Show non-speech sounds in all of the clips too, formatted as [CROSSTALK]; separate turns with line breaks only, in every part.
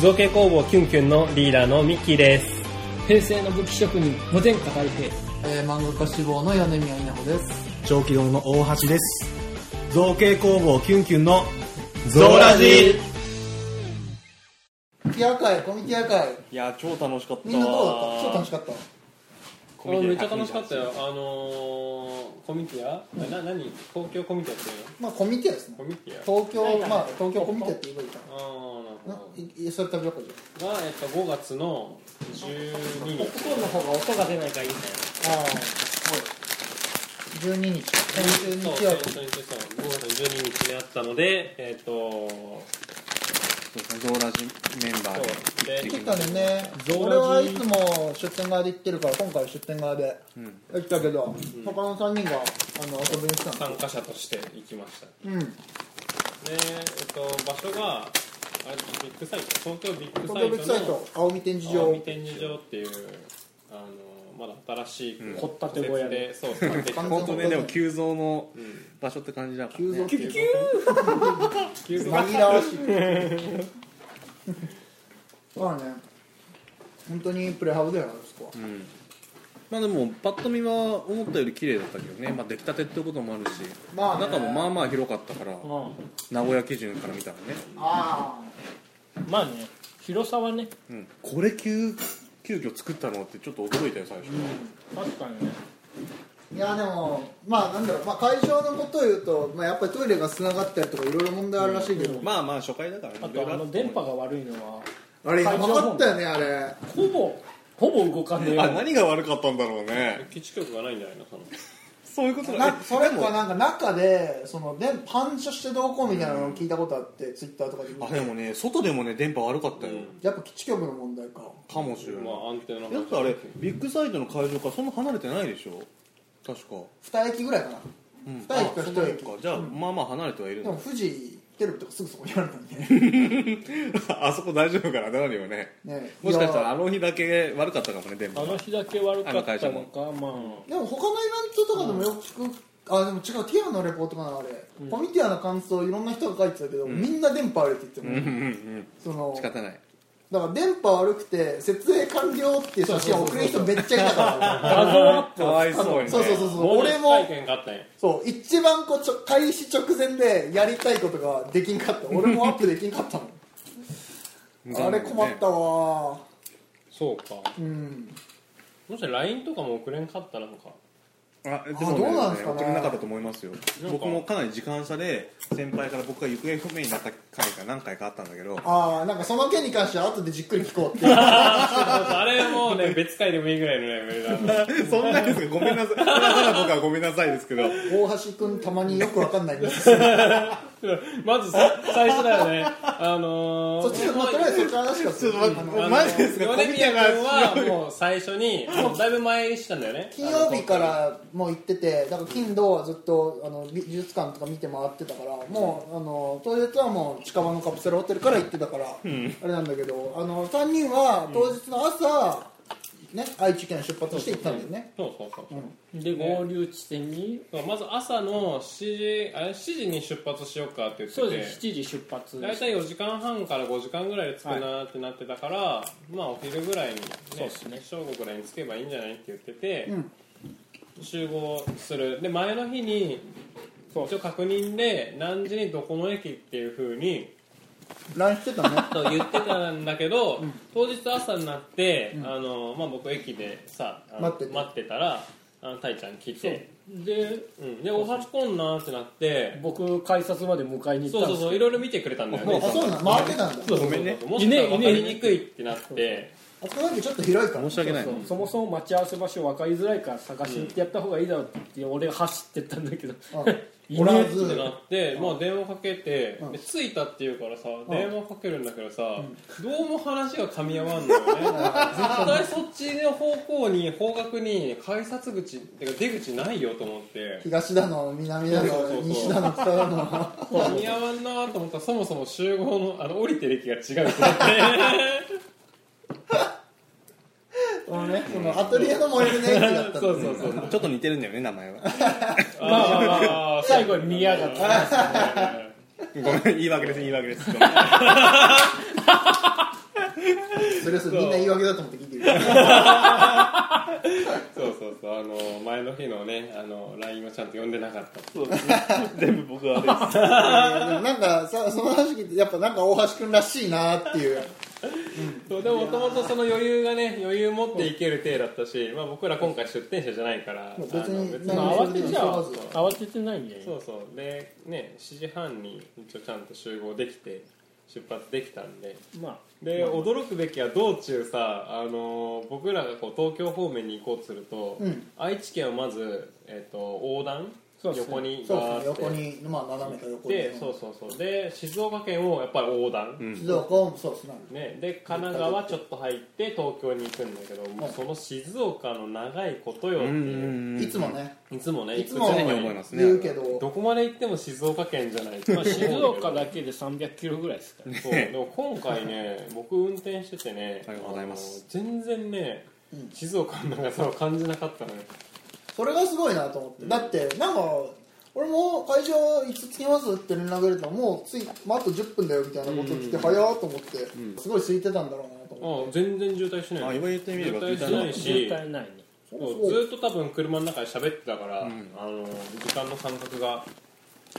造形工房キュンキュンのリーダーのミッキーです。
平成の武器職人、無天下大平。
えー、漫画家志望の米宮稲穂です。
長期堂の大橋です造形工房キュンキュンのゾ
ーラジ
コミティア会、コミティア会。
いやー超楽しかった
みんなどうだった超楽し
かっ
かっ
た
た。
俺めっちゃ楽しかったよ。あのー、コミティア、な、なに東京コミティアっていう
まあ、コミティアですね
の。コミティア
東京、まあ、東京コミティアって言えばいいか
あー、なるほ
な。な
ど。
いいそれ食べようかじゃ
が、えっと、5月の12日。
あ。ああ、すごい。12日。先週
そう、
日
そう
曜
そう
日。
そう5月の12日にあったので、えっと、
そうですねゾーラジメンバーで
そうで
行って
来
き
た
ま
ね
し
ね
ゾーラジ
俺はいつも出店側で行ってるから今回は出店側で
ん
行ったけど、他の3人があの遊びに来たの
参加者として行きました。
うん
で、えっと、場所が、あれ、ビッグサイト、東京ビッグ
東京ビッ
サ
グサ
イ
イ
トの
ト青海展示
青海
場
展示場っていう、あの、まだ新しい、
ん
掘ったて小屋で、そう、できた
完
本当ねでも急増の
うん
場所って感じだから、
急
ね、
増
キュキュキュ
紛らわしいまあね本当にプレハブだよなそこは
うんまあでもパッと見は思ったより綺麗だったけどね、まあ、出来たてってこともあるし、
まあね
中もまあまあ広かったから、
うん
名古屋基準から見たらね、
あ
まあね広さはね
うん、これ急急遽作ったのってちょっと驚いたよ最初、
確かにね
あいやでもまあなんだろう、まあ、会場のことを言うと、まあ、やっぱりトイレがつながったりとかいろいろ問題あるらしいけど、
まあまあ初回だからね
あとあの電波が悪いのは
あれやばかったよねあれ
ほぼほぼ動かねえ
あ
よ
何が悪かったんだろうね
基地局がないんじゃないのその
そういうことだ
な
ね
それかなんか中でそので反射してどうこうみたいなのを聞いたことあって、ツイッターとかで見
あ
て
でもね外でもね電波悪かったよ、
うん
やっぱ基地局の問題か
かもしれない、
まあアンテナの
だってあれビッグサイトの会場からそんな離れてないでしょ確か、
2駅ぐらいかな、
うん、
二駅か
あ
一
そ
駅
んなもんかじゃあ、まあまあ離れてはいるん [LAUGHS]
で
だ
も富士テレビとかすぐそこにあるの
[LAUGHS]
にね
あそこ大丈夫かななるよね
ね
もしかした
い
らあ
や
の日だけ悪かったかもね電
あ
波
の
が
日だけ悪かった
あの会社
の
も
かま
でも他のイベントとかでもよく聞く、あでも違うティアのレポートかなあれ、コミティアの感想いろんな人が書いてたけど、みんな電波悪いって言っ
う
て
ん
も、
うんうん
その
仕方ない
だから電波悪くて設営完了っていう写真を送る人めっちゃいたから
あ画像アップ
かわいそうにね
そうそうそうそう
ボーナ
俺
ス
も
体験があったんや
そう一番こうちょ開始直前でやりたいことができんかった俺もアップできんかったもんあれ困ったわ
そうか
ーうん
もし LINE とかも送れんかったなんか
あで
あ
も
どうなんす
ね
かね
送れなかったと思いますよ
か
僕もかなり時間差で先輩から僕が行方不明になった回が何回かあったんだけど
ああなんかその件に関しては後でじっくり聞こうっていうあ
あれもうね別回でもいいぐらいのレベルだな
そんなにですかごめんなさいだから僕はごめんなさいですけど
大橋君たまによくわかんない
[LAUGHS]
んですよ
[LAUGHS] まずさ最初だよねあのー、
そっちのまあとりあえずそっちの話が
ちょっと待って
あの
もうマジですか
米宮君はもう最初にもうだいぶ前にしたんだよね
金曜日からもう行っててだから金土はずっとあの美美術館とか見て回ってたからもうあの当日はもう近場のカプセルホテルから行ってたから、あれなんだけどあの3人は当日の朝、ね、愛知県出発して行ったんだよね
そうそうそうそう、
あで合流地点に
まず朝の7時あれ7時に出発しようかって言ってて
そうです7時出発
大体4時間半から5時間ぐらいで着くなーってなってたから、まあお昼ぐらいに、ね
そうっすね
正午ぐらいに着けばいいんじゃないって言ってて、
ん
集合するで前の日に一応確認で何時にどこの駅っていう風に
LINE して
[LAUGHS]
たね
と言ってたんだけど、当日朝になって、あのまあ、僕駅でさあの
待ってて
たらあのたいちゃん来て
で
う、ん、でおはしこんなーってなって
僕改札まで迎えに行
そ
っ
うそう
たんです
そういろいろ見てくれたんだよね
あそうなん回ってたん
そ
だ
うそうそう
ごめんね
もしかしたら分かりにくいってなって
あそこだけちょっと広いから
申し訳ない
そうそもそも待ち合わせ場所分かりづらいから探しに行ってやった方がいいだろうって俺が走ってったんだけど
うんおら
って
ず
なって、まあ、電話かけて、
うん
で着いたっていうからさ電話かけるんだけどさ、どうも話が噛み合わんのよね絶対そっちの方向に方角に改札口ってか出口ないよと思って
東だの南だ
そうそうそ
の
う
西だの北だの
噛み合わんなと思ったらそもそも集合のあの降りてる駅が違うってなって
そのねそのアトリエの最寄りの駅だったんだ
そうそうそう
ちょっと似てるんだよね名前は
[LAUGHS] まあまあまあ
[LAUGHS] 最後に見やがった
た
ごめん言い訳です言い訳ですごめん
それはそれみんな言い訳だと思って聞いてる
そうそうそうあの前の日のねあの LINE をちゃんと読んでなかった
そうですね [LAUGHS] 全部僕はあれです
でもなんかさその話聞いてやっぱなんか大橋君らしいなっていう
そうでももともとその余裕がね余裕持っていける体だったし、まあ、僕ら今回出店者じゃないから、
別
あの
に
に
まあ
何
慌
もす
て
る
ち
必
ゃ
要な
う
ず
慌ててないんじゃない
そうそうでね7時半に一応ちゃんと集合できて出発できたんで
まあ
で、驚くべきは道中さ、あのー僕らがこう東京方面に行こうとすると、
うん
愛知県をまず、えっと横断
そうっすね
横に
そう
ガーッ
です
て
ね横にまあ斜めか横に
でそうそうそうで静岡県をやっぱり横断、
静岡もそうですね
ね、で神奈川ちょっと入って東京に行くんだけど、もうその静岡の長いことよっていう、
いつもね
いつもね
いつも
行く
常
とこ
に
に
思いますね
言うけ
ど
ど
こまで行っても静岡県じゃない
まあ静岡だ
け
けで300キロぐらいですから
そうでも今回ね僕運転しててね
ありがとうございます
あの全然ね
うん
静岡の長さを感じなかったのよ
それがすごいなと思ってだってなんか俺も会場いつ着きますって連絡入れたらもうつい、まあ、あと10分だよみたいなこと来て早ーと思ってすごい空いてたんだろうなと思って
あ全然渋滞しないの
あ言われてみれば
渋滞しない
渋
し
滞ないね
そ
そう
うそう
ずっと多分車の中で喋ってたから、あの時間の感覚が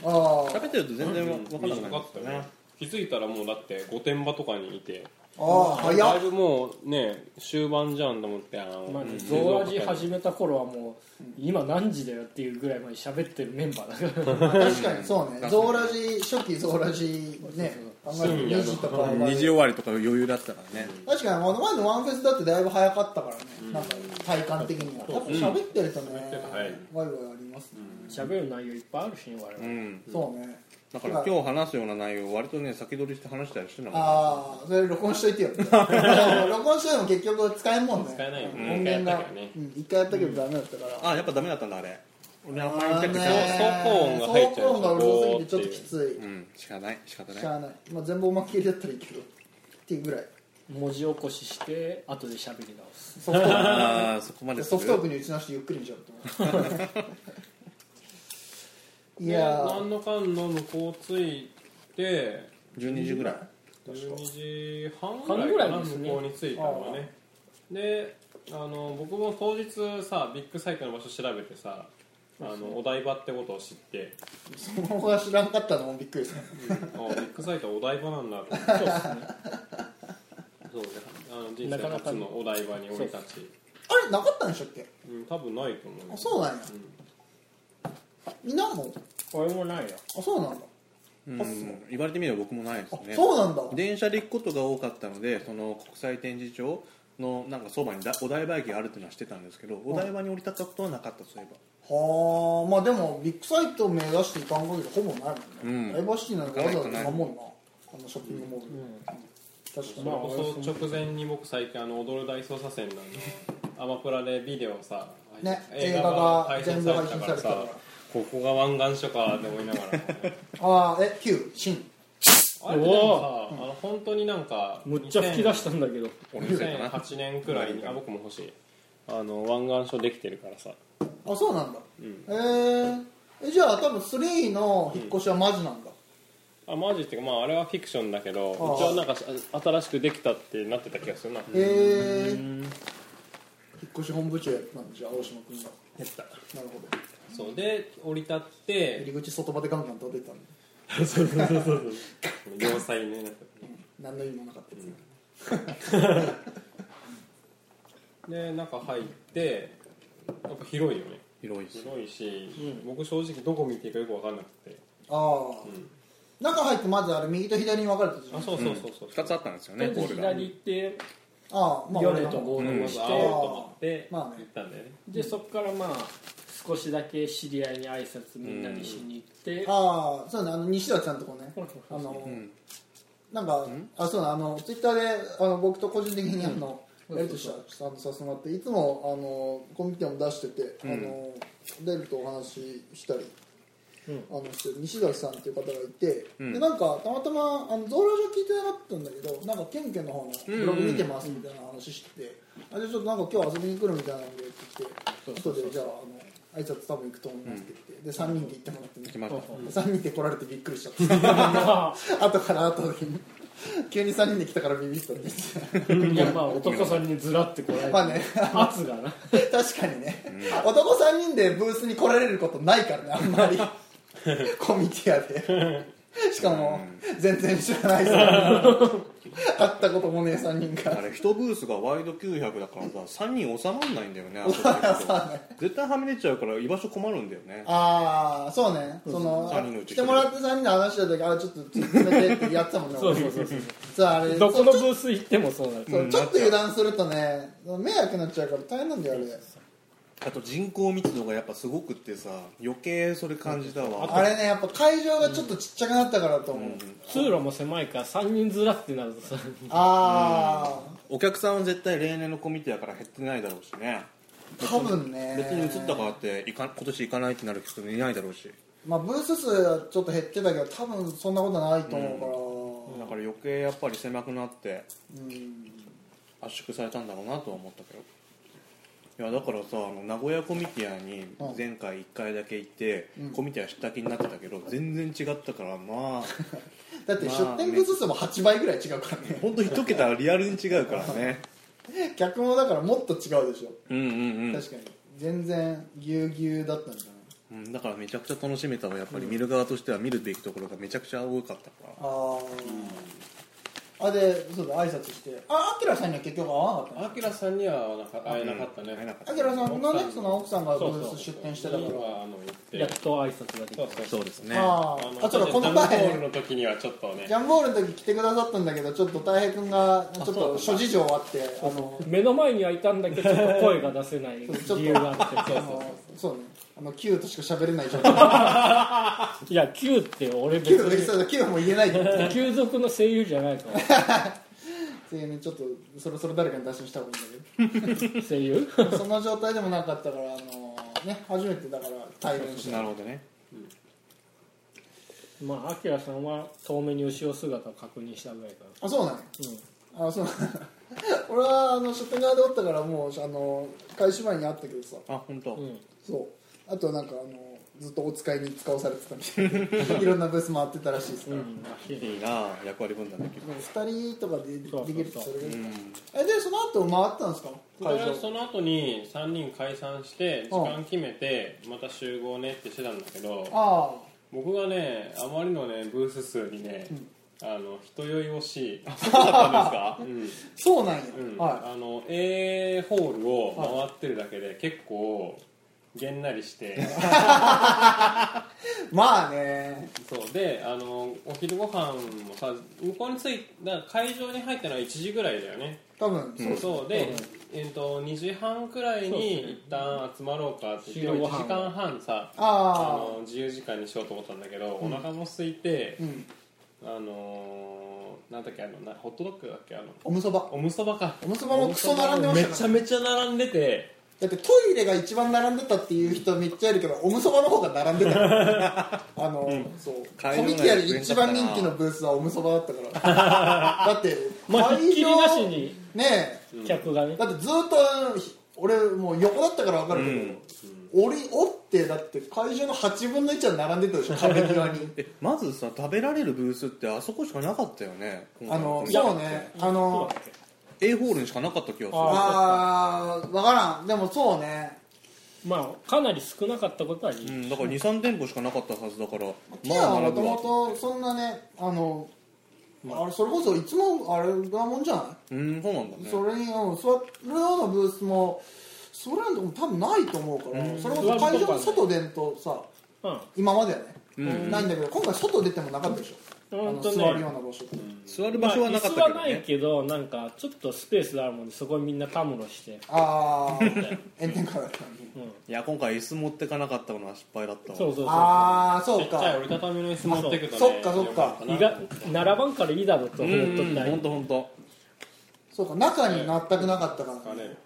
あー
食べてると全然わ
短
からなくな
か
りま
っ
す
た
よ
ね
ね
気づいたらもうだって御殿場とかにいて
あー早
だい
っ
ぶもうね終盤じゃんと思ってあの、
まあね
静
ゾウ
岡
ラジ
県
始めた頃はもう今何時だよっていうぐらいまで喋ってるメンバーだから
確かにそうねゾーラジ初期ゾーラジね考えると2時とかま
2時
で
終わりとか余裕だったからね
確かにあの前のワンフェスだってだいぶ早かったからねなんか体感的にはやっぱ喋ってるとね
喋ってると早い
ワイワイありますね
喋る内容いっぱいあるしね我
う
々
ん
そうね
だから今日話すような内容割とね先取りして話したりしてたの
ああそれ録音しといてよ録音しといても結局使えんもんね
使えないよね
音
一
源
回やった
が
けどね
うん一回やったけどダメだったから
あやっぱダメだったんだあれ俺あんまり
あ
言
ー
って
ねー
たけ
走行音が入っちゃう
走行音がうるさすぎてちょっときつ
どうんしかない仕方
い
ない
しゃあないまあ全部おまけ入れだったらいいけどっていうぐらい
文字起こしして後で喋り直す
ソフト
ああそこまで
ソフトオー
ク
クに打ち直してゆっくりにしようと [LAUGHS] 思うい
い
や
や
ー
何のかんの向こう着いて
12時ぐらい
12時半
半
ぐ
ぐ
らい
らい
かな
です
向
ね
こうに着いたのがねであの僕も当日さビッグサイトの場所調べてさあのお台場ってことを知って、
その方が知らんかったのもびっくりですね
あビッグサイトはお台場なんだと思って
そうですね
そうねあの人生初のお台場に降り立ち、
あれなかったんでしたっけ
うん、多分ないと思う
あそうなんや、みんなも
俺もないよ
あそうなんだ
うん言われてみれば僕もないです
あ、
ね
そうなんだ
電車で行くことが多かったのでその国際展示場のなんかそばにだお台場駅があるっていうのは知ってたんですけどお台場に降り立ったことはなかったそういえ
はあまあでもビッグサイトを目指していかん限りほぼないもんね、
うん
ダイバーシティなんかわざわざ行かんもんなあのショッピングモール、確かに、
それこそ直前に僕最近あの踊る大捜査線のあのアマプラでビデオさ
ね映画が全部配信されてたから
ここが湾岸署かって思いなが
[LAUGHS]
ら
ああえ九新
あれでもさあの本当になんか
むっちゃ吹き出したんだけど
ば俺のせいかな
2008年くらいにあ僕も欲しいあの湾岸署できてるからさ
あそうなんだ、えーえじゃあ多分3の引っ越しはマジなんだ、
あマジっていうかまああれはフィクションだけど
ああ
一応なんかあ新しくできたってなってた気がするな
えー引っ越し本部長やってたんだじゃあ青島君が
やった
なるほど
そうで降り立っ
入
て
り口外場でガンガン立ててたんだ
要塞ねなんか
何の意味もなかったですね、
で中入ってやっぱ広いよね
広いです
広いし、僕正直どこ見ていいかよく分かんなくて
ああ、中入ってまずあれ右と左に分かれてたじゃん
あそうそうそうそう、
2つあったんですよね
とりあえ
ゴー
ず
ルが
左行って
ああまあ
ヨ
俺
ネ
の
と
方
合流
ま
し
ず
て
会おうと思って
ま
行
あね
ったんだよね,、
でそこからまあ少しだけ知り合いに挨拶みんなにしに行って
ああそうねあの西田ちゃんとこね
そうそう
あ
そう
の、
ん
なんかあそうねあのツイッターであの僕と個人的にあの、やりとしたあのさせてもらっていつもあのコミュニティも出してて、あのデルとお話ししたり、あのして西崎さんっていう方がいて、でなんかたまたまあのゾーラジオ聞いてなかったんだけどなんかケンケンの方のブログ見てますみたいな話してて、あじゃあちょっとなんか今日遊びに来るみたいなのでってきて後でじゃああの挨拶多分行くと思いますって言って、で3人で行ってもらってね
行きました
[LAUGHS] 3人で来られてびっくりしちゃった後から後で急に3人で来たからビビったんです
いやまあ男さんにずらってこられて、
まあね
圧がな
[LAUGHS] 確かにね、男3人でブースに来られることないからねあんまりコミティアでしかも全然知らないさ会ったこともねえ3人
あ
が
れ1ブースがワイド900だからさ3人収まらないんだよねあそこ行くと絶対はみ出ちゃうから居場所困るんだよね
ああそうねその
三人のうち
来てもらって3人で話してた時あちょっと詰めてってやってたもん
[LAUGHS]
ね
そうそうそうそう
そうあれ
どこの
そう
ブース行ってもそうなる
そうちょっと油断するとね迷惑になっちゃうから大変なんだよあれ
あと人口密度がやっぱすごくってさ余計それ感じたわ
あれねやっぱ会場がちょっとちっちゃくなったからだと思う、
通路も狭いから3人ずらってなるとさ
あ
お客さんは絶対例年のコミティアから減ってないだろうしね
あ多分ね
別に移ったからっていか今年行かないってなる人もいないだろうし
まあ、ブース数はちょっと減ってたけど多分そんなことないと思
だから余計やっぱり狭くなって
うから、うん
圧縮されたんだろうなとは思ったけどいやだからさあの名古屋コミティアに
うん
前回1回だけ行って、
うん
コミティア知った気になってたけど全然違ったからまあ
だって
まあ
出店ブース数も8倍ぐらい違うからね [LAUGHS]
ほんと1桁リアルに違うからね
客もだからもっと [LAUGHS] 違うでしょ、
うんうんうん
確かに全然ぎゅうぎゅうだったんじゃない
うんだからめちゃくちゃ楽しめたわやっぱり見る側としては見るべきところがめちゃくちゃ多かったから
あー、あでそうだ挨拶してああきらさんには結局会わなかった
アキラさんにはなか会えなかったね、
会えなかった
あきらさんのね
奥さん
その奥さんがブ
そう
ース出店してたから
そう今あの行って
やっと挨拶ができた
そうそう
そうですね
あ
あ
ーあそうだこの
ジャムホール
前
の時にはちょっとね
ジャンボールの時来てくださったんだけどちょっとたい平君がちょっと諸事情あってあの
目の前にはいたんだけどちょっと声が出せない理
ちょっと
由があって
あのそうねあのキューとしか喋れないじゃん
いや Q って俺別
キューで
に
キューも言えないって
旧族の声優じゃないか
いうねちょっとそろそろ誰かに打診した方がいいんだ
ら声優 [LAUGHS]
けどそんな状態でもなかったからあのね初めてだから対面して
なるほどね
まあアキラさんは遠目に後ろ姿を確認したぐらいか
あそうな
ら、
の
うん
あそうなの俺はあの書店側でおったからもうあの開始前に会ったけどさ
あ本当、
うん
そうあとなんかあのずっとお使いに使わされてたみたいな [LAUGHS] いろんなブース回ってたらしいです
う
ね、
ん、
いいなあ役割分担できる
2人とかで
そうそうそう
できるとそれがいい
うん
えでその後回ったんですか会
で
場
その後に3人解散して時間決めてまた集合ねってしてたんだけど
ああ
僕がねあまりのねブース数にね、あの人酔いをし、
あったんで
うん
そうなんや、
うん
は
あの A ホールを回ってるだけで結構げんなりして
[LAUGHS] いまあね
そうであのお昼ご飯もさ向こうに着いだから会場に入ったのは1時ぐらいだよね
多分そう
そうで、えっと2時半くらいに一旦集まろうかって言って
昼
1
ご飯
時間半さあ
あ
の自由時間にしようと思ったんだけど、お腹も空いて
あ、うん、
あのー、なんだっけあのなホットドッグだっけあの
おむそば
おむそばか
おむそばもクソ並んでました
め
か
ち
ら
ゃめちゃ並んでて
だってトイレが一番並んでたっていう人めっちゃいるけどおむそばの方が並んでたあの、そうコ
会場内
ミティアで一番人気のブースはおむそばだったからだって
まあひっきりなしに
ね
客がね
えだってずっとひ俺もう横だったから分かるけど、折り折ってだって会場の8分の1は並んでたでしょ壁際に
[LAUGHS] えまずさ食べられるブースってあそこしかなかったよね
あの
今回
そうねあの
A ホールにしかなかった気がする
あー分からんでもそうね
まあかなり少なかったことはいうい
ん、だから23店舗しかなかったはずだから
ティアはもと
わ
もとそんなねあの、あれそれこそいつもあれだもんじゃない、
うんそうなんだね
それにあの座るようなブースもそれなんてもう多分ないと思うから、それこそ会場の外出んとさ
うん
今まではね、ないんだけど今回外出てもなかったでしょ、あ
ほ
の
んとね
座るような場所って、
座る
ま
場
あ
所は
椅
なかっ
子
た
は
けど
ない
ね、
けどなんかちょっとスペースあるもんでそこにみんなたむろして
ああ炎天下だったのに
いや今回椅子持ってかなかったのは失敗だったわ
そうそうそ
ああそ
ち
う
っちゃい
か
折りたたみの椅子持ってくとね
そっかそっか
よ
う
ったな
意外並ばんからいいだろうと
う
思
ん
っとったん
本
や
当本当
そうか中に全くなかったから、ね
ね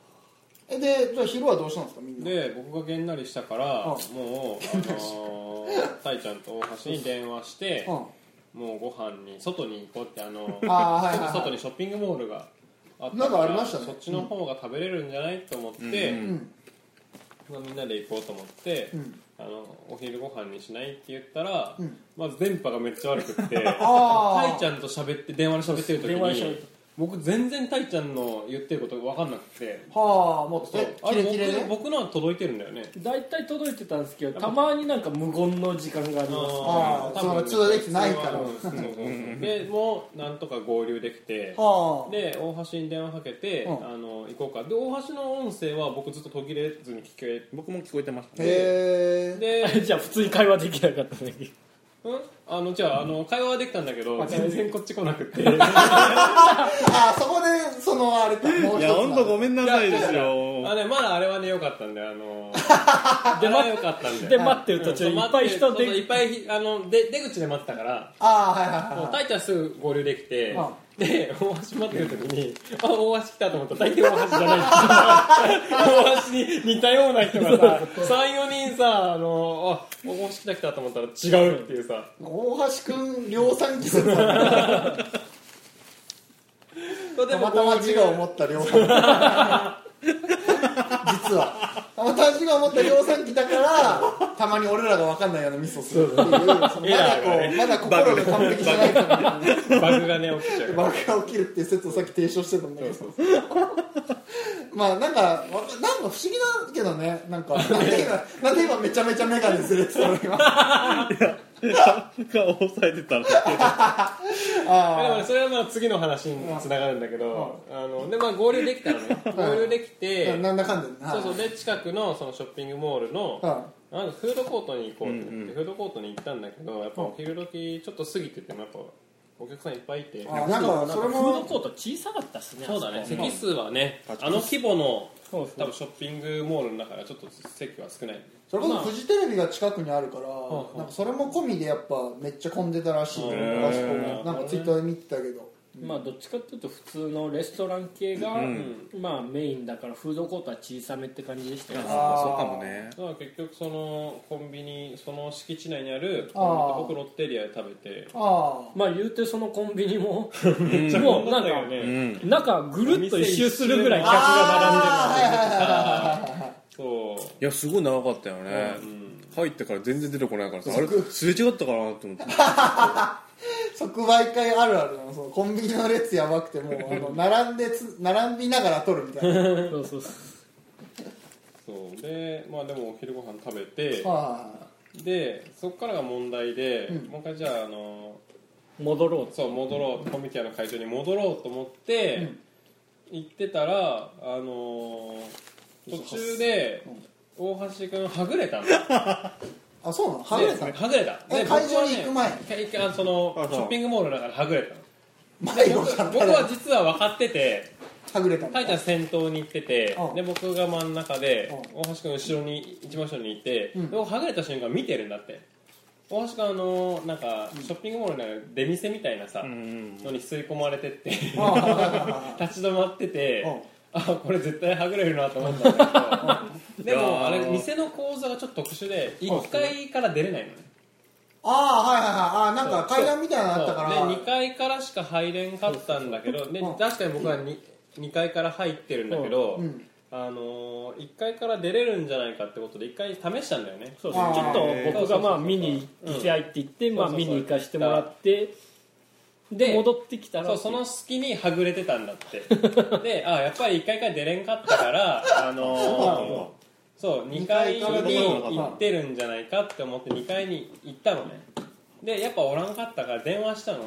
えでじゃあ昼はどうしたんですかみんな
で僕がげんなりしたから
うん
もうあのー、たいちゃんと大橋に電話して
うん
もうご飯に外に行こうってあの
あーはいはいはい
外にショッピングモールがあった
なんかありましたね
そっちの方が食べれるんじゃないと思って、
うん
うん
まあみんなで行こうと思って、
うん
あのお昼ご飯にしないって言ったら、
ん
まず電波がめっちゃ悪くって
[LAUGHS] あー
タイちゃんと喋って電話で喋ってる時
電話で喋っ
に
て
僕全然タイちゃんの言ってること分かんなくて
はあもう
そう
え
あ
キ
れ
レキレ
僕
ね
僕のは届いてるんだよね
大体届いてたんですけどたまになんか無言の時間があります
あー
多分ね
その通話できてないから
うんそうそうそうでもうなんとか合流できて
はあ
で大橋に電話かけて、
うん
あの行こうかで大橋の音声は僕ずっと途切れずに聞け
[LAUGHS]
僕も聞こえてましたね
へえ
で
[LAUGHS] じゃあ普通に会話できなかったね
うんあのじゃああの会話はできたんだけど全然こっち来なくて
あそこでそのあれかもう
い
一つ
や本当
な
ごめんなさいですよ
あねまだあれはね良かったんだよあのあれは良かったんだ
で
よ
待ってる途中いっぱい人
そうそうい
で
っぱいひあので出口で待ってたから
あーはいはいはい
も
は
う
い
大ちゃんすぐ合流できて
あ
で大橋待ってる時にあ大橋来たと思ったら大体大橋じゃない大橋に似たような人がさ34人さあのあ大橋来た来たと思ったら違うっていうさ
大橋くん量産技術だね
それで
た
も
またま自我を持った
[LAUGHS]
量産機実はたまたま自我を持った量産機だからたまに俺らが分かんないようなミスをするっていうそのまだこう
エラーがね
まだ心が完璧じゃないから
バグがね起き
[LAUGHS]
ちゃう
爆破起きるっていう説をさっき提唱してたんだけどまあなんかわなんか不思議だけどねな
[LAUGHS]
んかなんで今なんで今めちゃめちゃメガネずれてたの今あ
顔を押さえてたら
まあでもね
あ
それはまあ次の話につながるんだけど、あのでまあ、合流できたのね合流できて、
なんだかんだ
そうそうで近くのそのショッピングモールの、
は
なんかフードコートに行こうって言って、フードコートに行ったんだけどやっぱお昼時ちょっと過ぎててもやっぱお客さんいっぱいいて
あなんかそれ
フード
も
コート小さかったっすね
そうだね
あこ
席数はねあの規模の
そうです
多
ね
分ショッピングモールの中ではちょっと席は少ない
それこそフジテレビが近くにあるから、なんかそれも込みでやっぱめっちゃ混んでたらしいよ、あそこもなんかツイッターで見てたけど
まあどっちかっていうと普通のレストラン系が、まあメインだからフードコートは小さめって感じでしたよね
あー
そうかもね
だから結局そのコンビニその敷地内にある
あー
僕ロッテリアで食べて
あ
まあ言うてそのコンビニも [LAUGHS]
めっちゃ
も
混
うん
だ
な
ん
んか
だよね
中ぐるっと一周するぐらい
あ
客が並んでる
あーはいはいはいはいはいはい
そう
いやすごい長かったよね、入ってから全然出てこないからさあれすれ違ったかなと思って
即売会あるあるなのそのコンビニの列やば
[LAUGHS]
くてもうあの並んでつ並びながら撮るみたいな
そうそうそう
そうでまあでもお昼ご飯食べて
あ
でそこからが問題で、もう一回じゃああの
戻ろうと
そう戻ろうコミティアの会場に戻ろうと思って、行ってたらあのー途中で大橋君はぐれたの
ーあそうなのはぐれた
で
の
はぐれた
え
で
会場に行く前
僕はね一回一回あのその
あそう
ショッピングモールだからはぐれたの
迷子だっ
僕
た
は
ら
実は分かってて
はぐれたの
タイちゃん先頭に行ってて
うん
で僕が真ん中で
う
大橋君後ろに一番後ろにいて
うん
で僕はぐれた瞬間見てるんだって大橋君あのーなんかショッピングモールの出店みたいなさのに吸い込まれてって
ああはいはいはいは
[LAUGHS]
い
立ち止まってて
うん
あこれ絶対はぐれるなと思ったんだけど
[LAUGHS]
で
いや
も
ー
あれ店の構座がちょっと特殊で1階から出れないのね
あーはいはいはいあーなんか階段みたいなのあったから
そうで2階からしか入れんかったんだけどで
うん
確かに僕は 2, 2階から入ってるんだけど、
うん
あのー、1階から出れるんじゃないかってことで1回試したんだよね
そうそうちょっと僕がまあ見に行きたいって言って、まあ、
そうそうそう
見に行かしてもらってで戻ってきたら
そうその隙にはぐれてたんだってであやっぱり1階から出れんかった
[LAUGHS]
からあのーそう2階に行ってるんじゃないかって思って2階に行ったのねでやっぱおらんかったから電話したの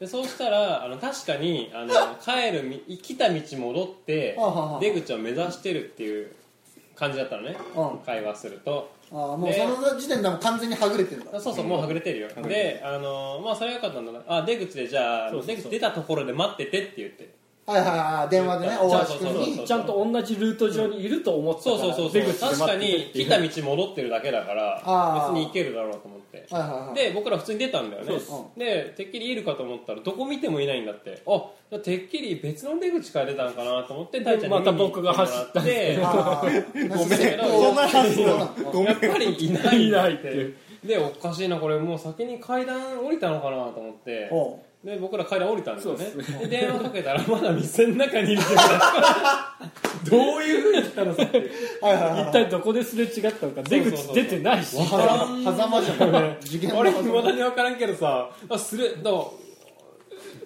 でそうしたらあの確かに
[LAUGHS]
あの帰るみ来た道戻って
あはは
出口を目指してるっていう感じだったのね
うん
会話すると
ああもうその時点でもう完全にはぐれてるんだ
あそうそう、もうはぐれてるよであのまあそれはよかったんだなあ出口でじゃあ
そうそうそう
出口出たところで待っててって言って
はいはいはい電話でね
そう
大橋君
そうそう
に
そう
ちゃんと同じルート上にいると思ってた
そう
から
そうそうそう
出口で
確
待
か
ってて
に
って
来
いう
た道戻ってるだけだから
あー
別に行けるだろうと思って
はいはいはい
で僕ら普通に出たんだよね
そうです
でてっきりいるかと思ったらどこ見てもいないんだってあじゃあてっきり別の出口から出たのかなと思って大ちゃんに
また僕が走ったん
見に行ってもらって
あー
ごめん
説教
やっぱりいない
いないっていう
でおかしいなこれもう先に階段降りたのかなと思って
おう
で僕ら階段降りたんですよね
そうです
で電話かけたらまだ店の中にいるからどういうふうに行ったのさっていう
はいはいはい
一体どこですれ違ったのか出
そうそうそ
口
う
出てないし
わからん
狭間じゃん次元
[LAUGHS]
の
あ [LAUGHS] れい
狭
まだ
間
に分からんけどさあすれだから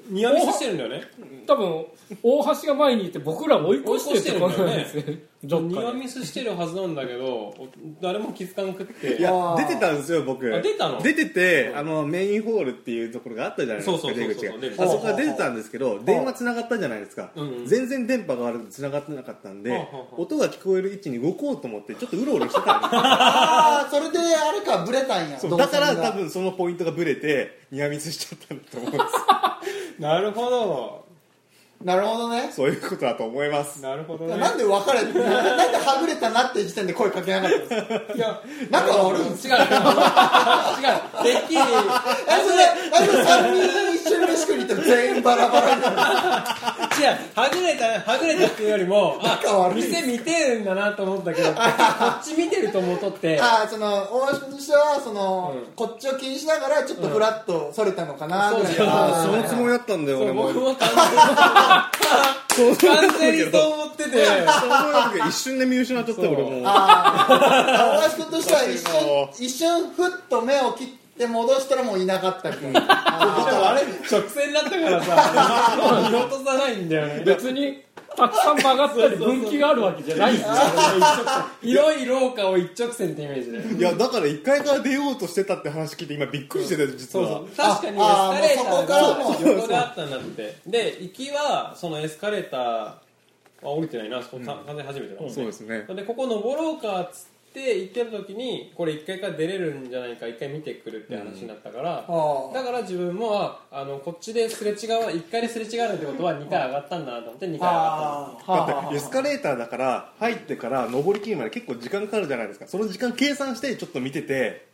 ニヤミスしてるんだよね
多分大橋が前にいて僕らを追い越してるところなんですねどっ
ニ
か
ヤ
で
ミスしてるはずなんだけど誰も気づかなくって
いや
あー
出てたんですよ僕
あ出たの
出ててあのメインホールっていうところがあったじゃないですか
そうそうそうそう
出口が
出口
あそこから出てたんですけど電話つながったじゃないですか、
うんうん
全然電波が悪くつながってなかったんで、
ほうほうほ
音が聞こえる位置に動こうと思ってちょっとうろうろしてたんですよ
あーそれであれかブレたん
[LAUGHS]
や
そう
動
だ
線
か
が
ら多分そのポイントがブレてニアミスしちゃったんだと思うんで
[LAUGHS] なるほど
なるほどね
すそういうことだと思います
なるほど
い
ね
やなんで別れてなんではぐれたなって時点で声かけなかったんですか
いや
なんか悪いん
違う [LAUGHS]
です
違うてっきり
えそれあれ3人一緒に飯食いに行ったら全員バラバラにな
違
る
うはぐれたはぐれたっていうよりもあ
仲悪い
店見てるんだなと思ったけ [LAUGHS] どこっち見てると思うとって
あーその大橋としてはその、
うん
こっちを気にしながらちょっとフラッとそれたのかなぐら
そ
い
うそう
あーそ
あ
のつもりだったんだよ
そう
俺も
僕も完
そ
[LAUGHS]
う
全に完全にそう思ってて
そう思うんだけど一瞬で見失っちゃったよ俺も
あー大橋君としては一
そう
瞬一瞬ふっと目を切って戻したらもういなかったみたいなあー
直線だったからさもう見落とさないんだよね
別にたくさん曲がったり分岐があるわけじゃないんですよ
広い廊下を一直線ってイメージで
いやだから1階から出ようとしてたって話聞いて今びっくりしてたよ実
そう
は
そう確かにエス
あ
カレーター
あもうそこからも
が横であったんだってで行きはそのエスカレーターあ降りてないなそこ完全に初めてだもんね
そうですね
でここ登ろうかっつって行ってる時にこれ一回から出れるんじゃないか一回見てくるって話になったから、
あー
だから自分もああのこっちですれ違う一回ですれ違うってことは2回上がったんだなと思って2回上がっ
あーはあは
だ
あ
ってエスカレーターだから入ってから上りきるまで結構時間かかるじゃないですかその時間計算してちょっと見てて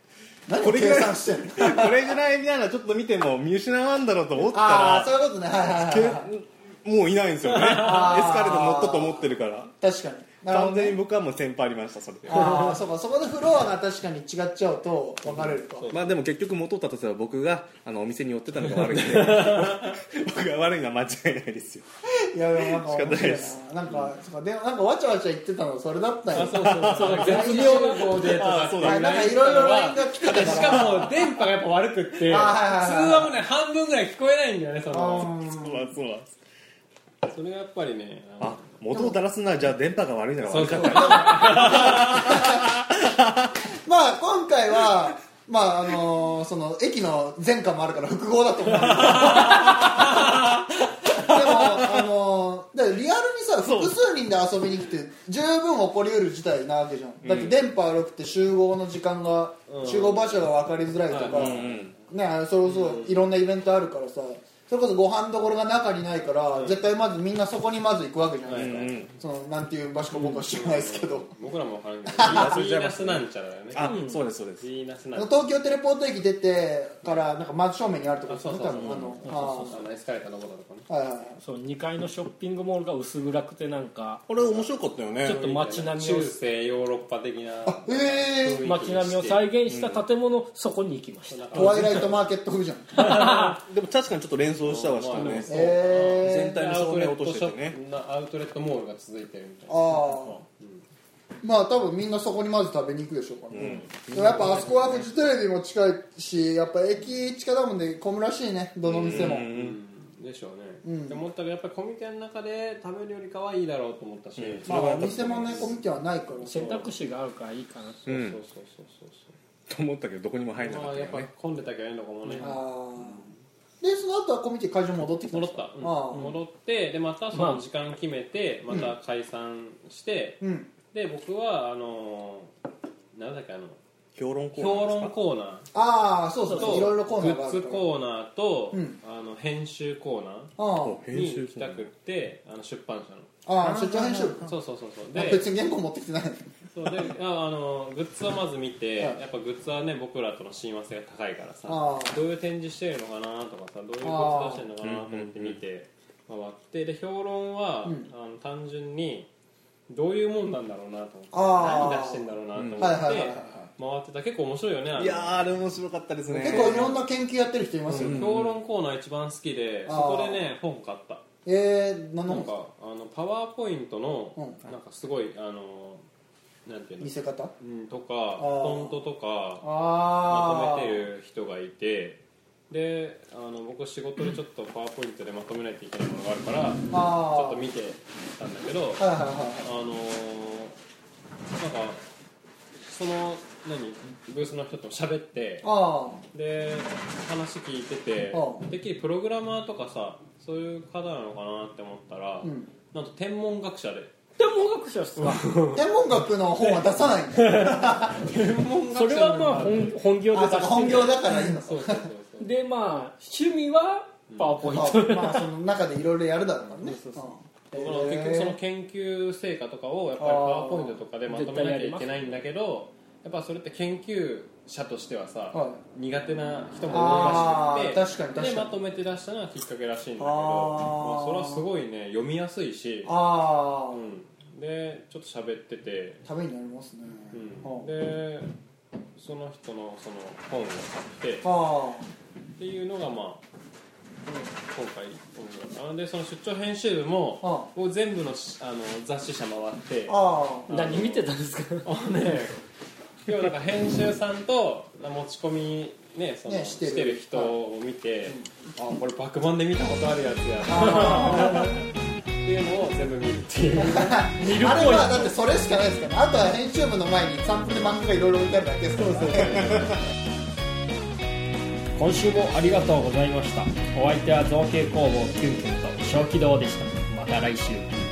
何
これぐ
計
らい
算してんの
これぐらいみたいなちょっと見ても見失わんだろうと思った
ああ
ら
そういうことねはいはいはいはい
けもういないんですよねエスカレーター乗ったと思ってるから
確かになるほ
完
ど
全に
ね
僕はもう先輩ありましたそれで
ああそうかそこでフロアが確かに違っちゃうと分かれると、
まあでも結局元を立たせば僕があのお店に寄ってたのが悪いんで僕が悪いのは間違いないですよ
いやでもなんか面
仕方ない
白い
で
ななんかそうかでもなんかわちゃわちゃ言ってたのそれだったん
た
や
あそうそうそう絶妙なこうでとか
あそう
は
だね
いなんかいろいろ LINE が来てたから
しかも電波がやっぱ悪くって通
あはいはいはい
話もね半分ぐらい聞こえないんだよねその
あー
まあそうなんです
それがやっぱりね
あ元を垂らすのはじゃあ電波が悪いなら
そ
悪
う
か
そ
っ
う
た
まあ今回はまああのーその駅の前科もあるから複合だと思うでもあのーだからリアルにさ複数人で遊びに来て十分起こりうる事態なわけじゃん、だって電波悪くて集合の時間が、集合場所が分かりづらいとか、ねあれそれこそいろんなイベントあるからさそれこそご飯どころが中にないから、絶対まずみんなそこにまず行くわけじゃないですか、
うんうん
そのなんていう場所か僕は知らないですけど、
僕らも分からんけどヴィーナスなんちゃらだよね
あそうですそうです
ヴィーナスなんちゃら
東京テレポート駅出てからなんか真正面にあるとこ
あ
です
そう
ね
そう
多
そう
分あの
あのエスカレーター登ったとこね
あーはいはいはい
[LAUGHS] そう2階のショッピングモールが薄暗くてなんか
これ面白かったよね
ちょっと街並みを
中世ヨーロッパ的な
あええ
街並みを再現した建物、そこに行きました
トワイライトマーケット風じゃん
でも確かにちょっと連想したわしたね全
ええ
体に
アウ
照
トレ
明
ッ
落
ト
とし
ショ
て
ッ
てね
プなアウトレットモールが続いてるみたい
ああまあ多分みんなそこにまず食べに行くでしょうから、でもやっぱあそこはフジテレビも近いしやっぱ駅近だもんで混むらしいねどの店も
な、うん、でしょうね、って思ったけどやっぱりコミュニティの中で食べるよりかはいいだろうと思ったし、そ
まあお店もねコミュニティはないから
選択肢があるからいいかなって、
うそうそうそうそう
と思ったけどどこにも入らな
ま
かっ
あ
た
やっ
よ
ぱ
ね
混んでたけどいいのかもね
ああでその後はコミュニティ会場戻ってきたん
戻
で
っ
すか
た、うん
ああ
戻ってでまたその時間決めてまた解散して、
うん
で僕はあのーなんだっけあの
評論コーナ
評
ーです
論
か
コーナ
ああそうそ
ー
うそういろいろコーナー
グ
が
ッ
ある
ズ
から
コーナーと、
うん
あの編集コーナー
あ
に行きたくってあの出版社の
あああ出張編集部
そうそうそうそう
あ
で
別に原稿持ってきてない
そうでああのグッズをまず見て
はい
やっぱグッズはね僕らとの親和性が高いからさ
あー
どういう展示してるのかなとかさどういうグッズ出してるのかなと思って見て回ってで評論は、
うん
あの単純にどういうもんなんだろうなと思って
あー
何出してんだろうなと思って
はいはいはいはい
回ってた結構面白いよねあの
いやーあれ面白かったですね
結構いろんな研究やってる人いますよ、ね
評論コーナー一番好きで
あ
そ
ー
こでね本買った
えー、何の
なん
本ですか
かあのパワーポイントの
う
なんかすごいあのなんていうの
見せ方
うんとか
ー
フォントとかま
あ
とめてる人がいてであの僕仕事でちょっとパワーポイントでまとめないといけないものがあるからち
あー
ょっと見てたんだけど
はいはいはい
あのーなんかその何ブースの人と喋って
あ
で話聞いてて
ああ
てっきりプログラマーとかさそういう方なのかなって思ったら、
うん
なんと天文学者で
天文学者っすか
あ天文学の本は出さないん
[LAUGHS]
だ
それはまあ本本業で
あ
出
そ
し
う
て
本
る
業だからいいのか
そうそうそうそう
でまあ趣味はパワーポイント、
まあまあその中でいろいろやるだろうからね
だから結局その研究成果とかをやっぱりパワーポイントとかでまとめなきゃいけないんだけどやっぱそれって研究者としてはさ、
は
苦手な人も多いらしくて
あー確かに確かに
でまとめて出したのがきっかけらしいんだけど
あー
まあ、それはすごいね読みやすいし、
ああ、
うん、でちょっと喋ってて、
ためになりますね、
うん、でその人のその本を買って
ああ
っていうのがまあ今回なのでその出張編集部も
ああ
を全部のしあの雑誌社回って
あ
何見てたんですか
あのね今日なんか編集さんと持ち込みねその
ねし
してて
る
る人を見て、あこれバクマンで見たことあるやつや
ああ
[LAUGHS] っていうのを全部見るっていう
あれはだってそれしかないですから、ね、あとは編集部の前にサンプルで漫画がいろいろ置いてあるだけですから、ね、
今週もありがとうございましたお相手は造形工房キュンキュンと小気道でしたまた来週